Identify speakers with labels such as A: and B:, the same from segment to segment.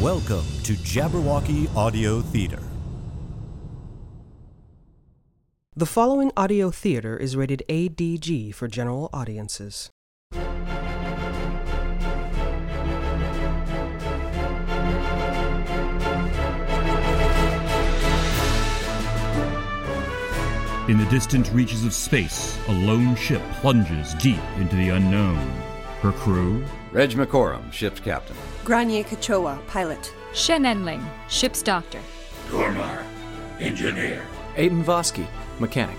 A: Welcome to Jabberwocky Audio Theater.
B: The following audio theater is rated ADG for general audiences.
C: In the distant reaches of space, a lone ship plunges deep into the unknown. Her crew,
D: Reg McCorum, ship's captain.
E: Granye Kachowa, pilot.
F: Shen Enling, ship's doctor.
G: Dormar, engineer.
H: Aiden Vosky, mechanic.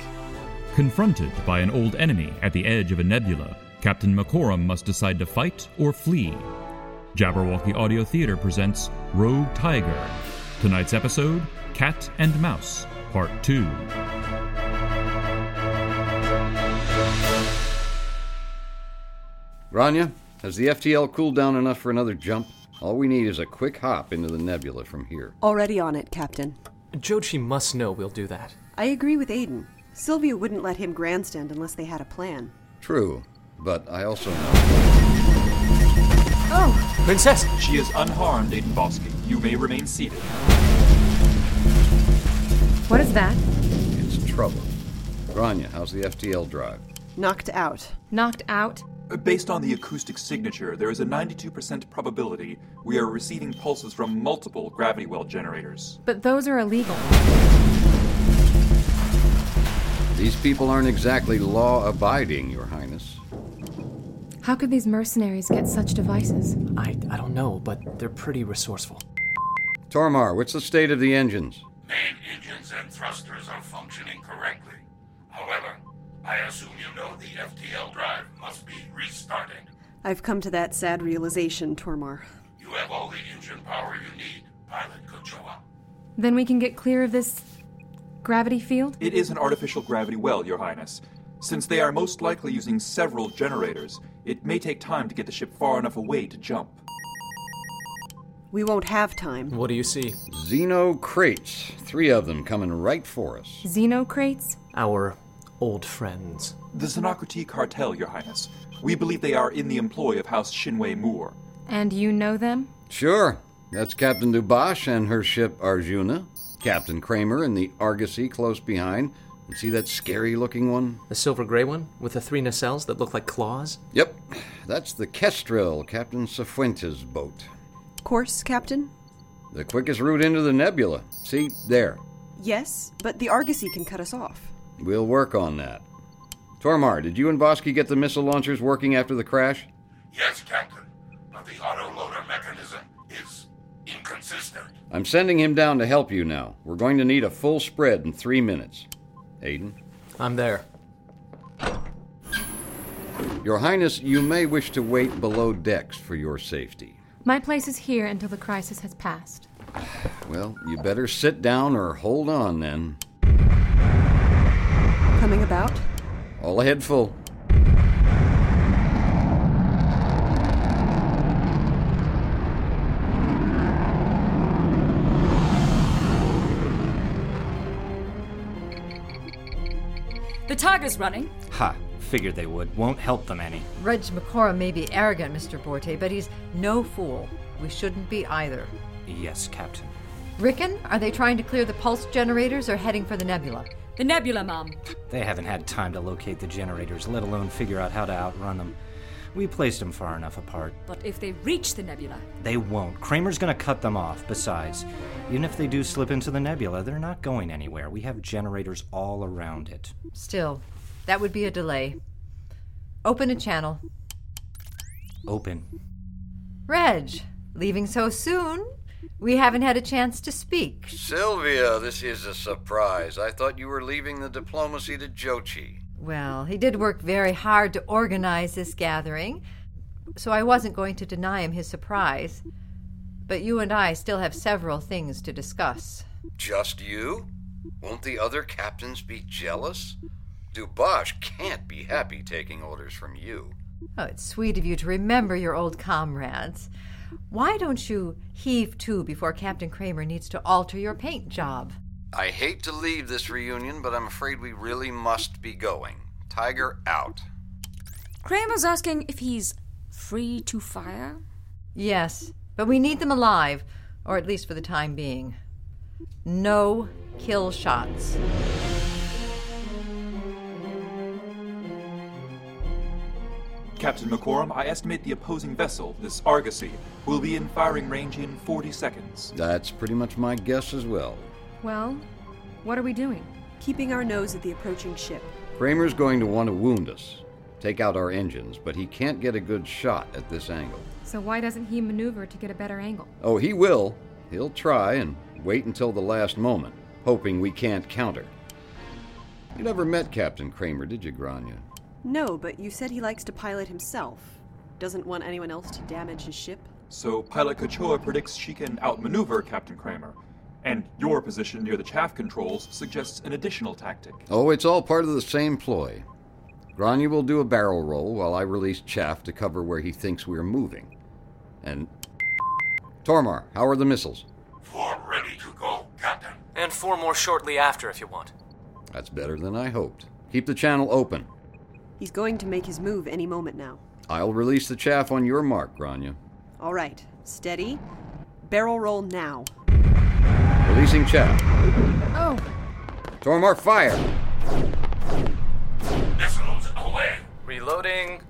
C: confronted by an old enemy at the edge of a nebula, Captain Makorum must decide to fight or flee. Jabberwocky Audio Theater presents Rogue Tiger. Tonight's episode Cat and Mouse, Part 2.
D: Rania, has the FTL cooled down enough for another jump? All we need is a quick hop into the nebula from here.
E: Already on it, Captain.
H: Jochi must know we'll do that.
E: I agree with Aiden. Sylvia wouldn't let him grandstand unless they had a plan.
D: True, but I also know.
E: Oh!
H: Princess!
G: She is unharmed, Aiden Bosky. You may remain seated.
F: What is that?
D: It's trouble. Rania, how's the FTL drive?
E: Knocked out.
F: Knocked out?
G: Uh, Based on the acoustic signature, there is a 92% probability we are receiving pulses from multiple gravity well generators.
F: But those are illegal.
D: These people aren't exactly law abiding, Your Highness.
I: How could these mercenaries get such devices?
H: I, I don't know, but they're pretty resourceful.
D: Tormar, what's the state of the engines?
J: Main engines and thrusters are functioning correctly. However, I assume you know the FTL drive must be restarted.
E: I've come to that sad realization, Tormar.
J: You have all the engine power you need, Pilot Kochoa.
I: Then we can get clear of this gravity field?
G: It is an artificial gravity well, Your Highness. Since they are most likely using several generators, it may take time to get the ship far enough away to jump.
E: We won't have time.
H: What do you see?
D: Xeno crates. Three of them coming right for us.
I: Xenocrates?
H: Our old friends.
G: The Xenocrati cartel, Your Highness. We believe they are in the employ of House Shinwei Moore.
I: And you know them?
D: Sure. That's Captain Dubosh and her ship Arjuna, Captain Kramer and the Argosy close behind. And see that scary looking one?
H: The silver gray one with the three nacelles that look like claws?
D: Yep, that's the Kestrel, Captain Cifuentes' boat.
E: Course, Captain?
D: The quickest route into the nebula. See, there.
E: Yes, but the Argosy can cut us off.
D: We'll work on that. Tormar, did you and Bosky get the missile launchers working after the crash?
J: Yes, Captain, but the autoloader mechanism is inconsistent.
D: I'm sending him down to help you now. We're going to need a full spread in three minutes. Aiden?
H: I'm there.
D: Your Highness, you may wish to wait below decks for your safety.
I: My place is here until the crisis has passed.
D: Well, you better sit down or hold on then.
E: Coming about?
D: All ahead full.
F: The Tiger's running.
K: Ha, figured they would. Won't help them any.
L: Reg McCora may be arrogant, Mr. Borte, but he's no fool. We shouldn't be either.
K: Yes, Captain.
L: Rickon, are they trying to clear the pulse generators or heading for the nebula?
F: The Nebula, Mom.
K: They haven't had time to locate the generators, let alone figure out how to outrun them. We placed them far enough apart.
F: But if they reach the Nebula,
K: They won't. Kramer's gonna cut them off. Besides, even if they do slip into the nebula, they're not going anywhere. We have generators all around it.
L: Still, that would be a delay. Open a channel.
K: Open.
L: Reg, leaving so soon? We haven't had a chance to speak.
D: Sylvia, this is a surprise. I thought you were leaving the diplomacy to Jochi.
L: Well, he did work very hard to organize this gathering, so I wasn't going to deny him his surprise. But you and I still have several things to discuss.
D: Just you? Won't the other captains be jealous? Dubosh can't be happy taking orders from you.
L: Oh, it's sweet of you to remember your old comrades. Why don't you heave to before Captain Kramer needs to alter your paint job?
D: I hate to leave this reunion, but I'm afraid we really must be going. Tiger out.
F: Kramer's asking if he's free to fire.
L: Yes, but we need them alive. or at least for the time being. No kill shots.
G: Captain McCorum, I estimate the opposing vessel, this Argosy, will be in firing range in 40 seconds.
D: That's pretty much my guess as well.
I: Well, what are we doing?
E: Keeping our nose at the approaching ship.
D: Kramer's going to want to wound us, take out our engines, but he can't get a good shot at this angle.
I: So why doesn't he maneuver to get a better angle?
D: Oh, he will. He'll try and wait until the last moment, hoping we can't counter. You never met Captain Kramer, did you, Grania?
E: No, but you said he likes to pilot himself. Doesn't want anyone else to damage his ship.
G: So Pilot Kachoa predicts she can outmaneuver Captain Kramer, and your position near the chaff controls suggests an additional tactic.
D: Oh, it's all part of the same ploy. Grania will do a barrel roll while I release chaff to cover where he thinks we're moving. And. Tormar, how are the missiles?
J: Four ready to go, Captain.
H: And four more shortly after if you want.
D: That's better than I hoped. Keep the channel open.
E: He's going to make his move any moment now.
D: I'll release the chaff on your mark, Grania.
E: All right, steady. Barrel roll now.
D: Releasing chaff.
I: Oh,
D: Tormar, fire!
J: Missiles away.
H: Reloading.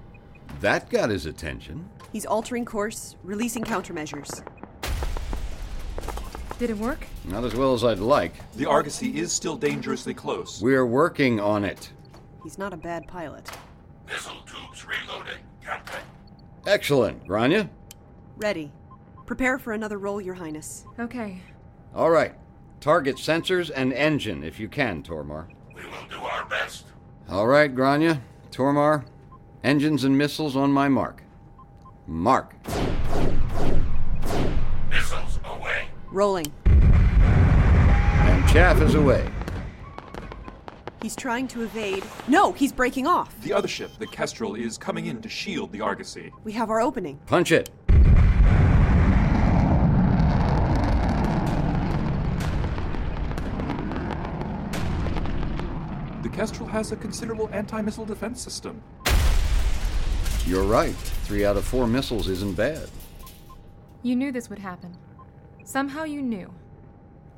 D: That got his attention.
E: He's altering course, releasing countermeasures.
I: did it work?
D: Not as well as I'd like.
G: The Argosy is still dangerously close.
D: We're working on it.
E: He's not a bad pilot.
J: Missile tubes reloading, Captain.
D: Excellent, Grania.
E: Ready. Prepare for another roll, Your Highness.
I: Okay.
D: All right. Target sensors and engine if you can, Tormar.
J: We will do our best.
D: All right, Grania. Tormar, engines and missiles on my mark. Mark.
J: Missiles away.
E: Rolling.
D: And chaff is away.
E: He's trying to evade. No, he's breaking off.
G: The other ship, the Kestrel, is coming in to shield the Argosy.
E: We have our opening.
D: Punch it.
G: The Kestrel has a considerable anti missile defense system.
D: You're right. Three out of four missiles isn't bad.
I: You knew this would happen. Somehow you knew.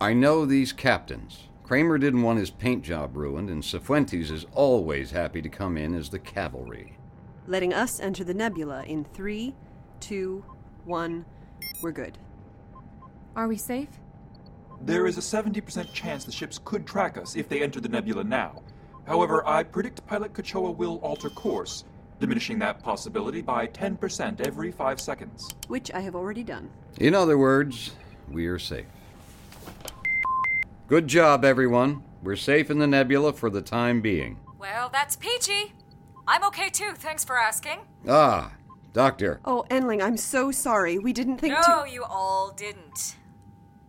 D: I know these captains. Kramer didn't want his paint job ruined, and Cifuentes is always happy to come in as the cavalry.
E: Letting us enter the nebula in three, two, one. We're good.
I: Are we safe?
G: There is a 70% chance the ships could track us if they enter the nebula now. However, I predict Pilot Kachoa will alter course, diminishing that possibility by 10% every 5 seconds.
E: Which I have already done.
D: In other words, we are safe. Good job, everyone. We're safe in the nebula for the time being.
F: Well, that's peachy. I'm okay too, thanks for asking.
D: Ah, Doctor.
E: Oh, Enling, I'm so sorry. We didn't think
F: no,
E: to.
F: you all didn't.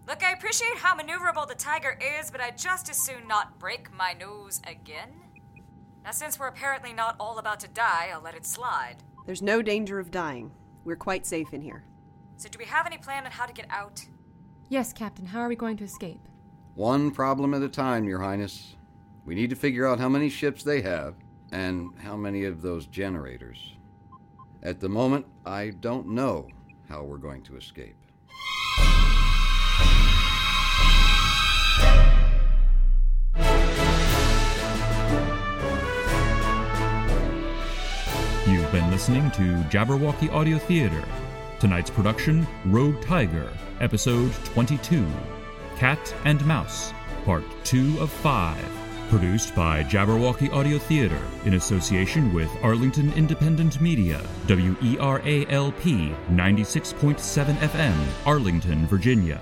F: Look, I appreciate how maneuverable the tiger is, but I'd just as soon not break my nose again. Now, since we're apparently not all about to die, I'll let it slide.
E: There's no danger of dying. We're quite safe in here.
F: So, do we have any plan on how to get out?
I: Yes, Captain. How are we going to escape?
D: One problem at a time, Your Highness. We need to figure out how many ships they have and how many of those generators. At the moment, I don't know how we're going to escape.
C: You've been listening to Jabberwocky Audio Theater. Tonight's production, Rogue Tiger, Episode 22, Cat and Mouse, Part 2 of 5. Produced by Jabberwocky Audio Theater in association with Arlington Independent Media, E WERALP 96.7 FM, Arlington, Virginia.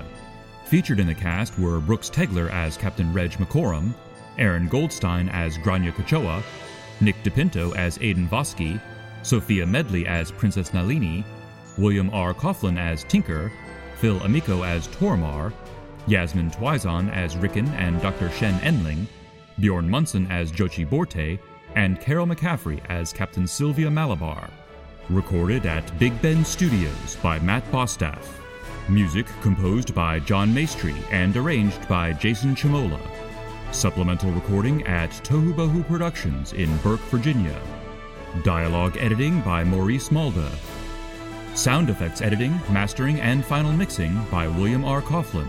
C: Featured in the cast were Brooks Tegler as Captain Reg McCorum, Aaron Goldstein as Grania Kachoa, Nick DePinto as Aidan Vosky, Sophia Medley as Princess Nalini, William R. Coughlin as Tinker, Phil Amico as Tormar, Yasmin Twizon as Rickon and Dr. Shen Enling, Bjorn Munson as Jochi Borte, and Carol McCaffrey as Captain Sylvia Malabar. Recorded at Big Ben Studios by Matt Bostaff. Music composed by John Maestri and arranged by Jason Chimola. Supplemental recording at Tohu Bohu Productions in Burke, Virginia. Dialogue editing by Maurice Malda. Sound effects editing, mastering, and final mixing by William R. Coughlin.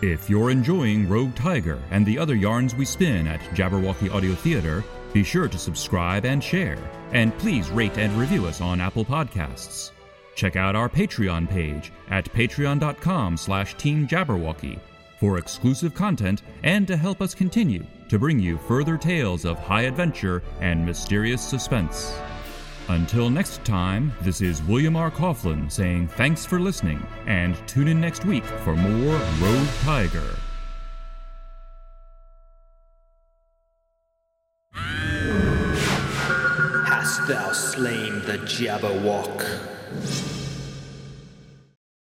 C: If you're enjoying Rogue Tiger and the other yarns we spin at Jabberwocky Audio Theater, be sure to subscribe and share, and please rate and review us on Apple Podcasts. Check out our Patreon page at patreon.com slash teamjabberwocky for exclusive content and to help us continue to bring you further tales of high adventure and mysterious suspense. Until next time, this is William R. Coughlin saying thanks for listening and tune in next week for more Road Tiger.
M: Hast thou slain the Jabberwock?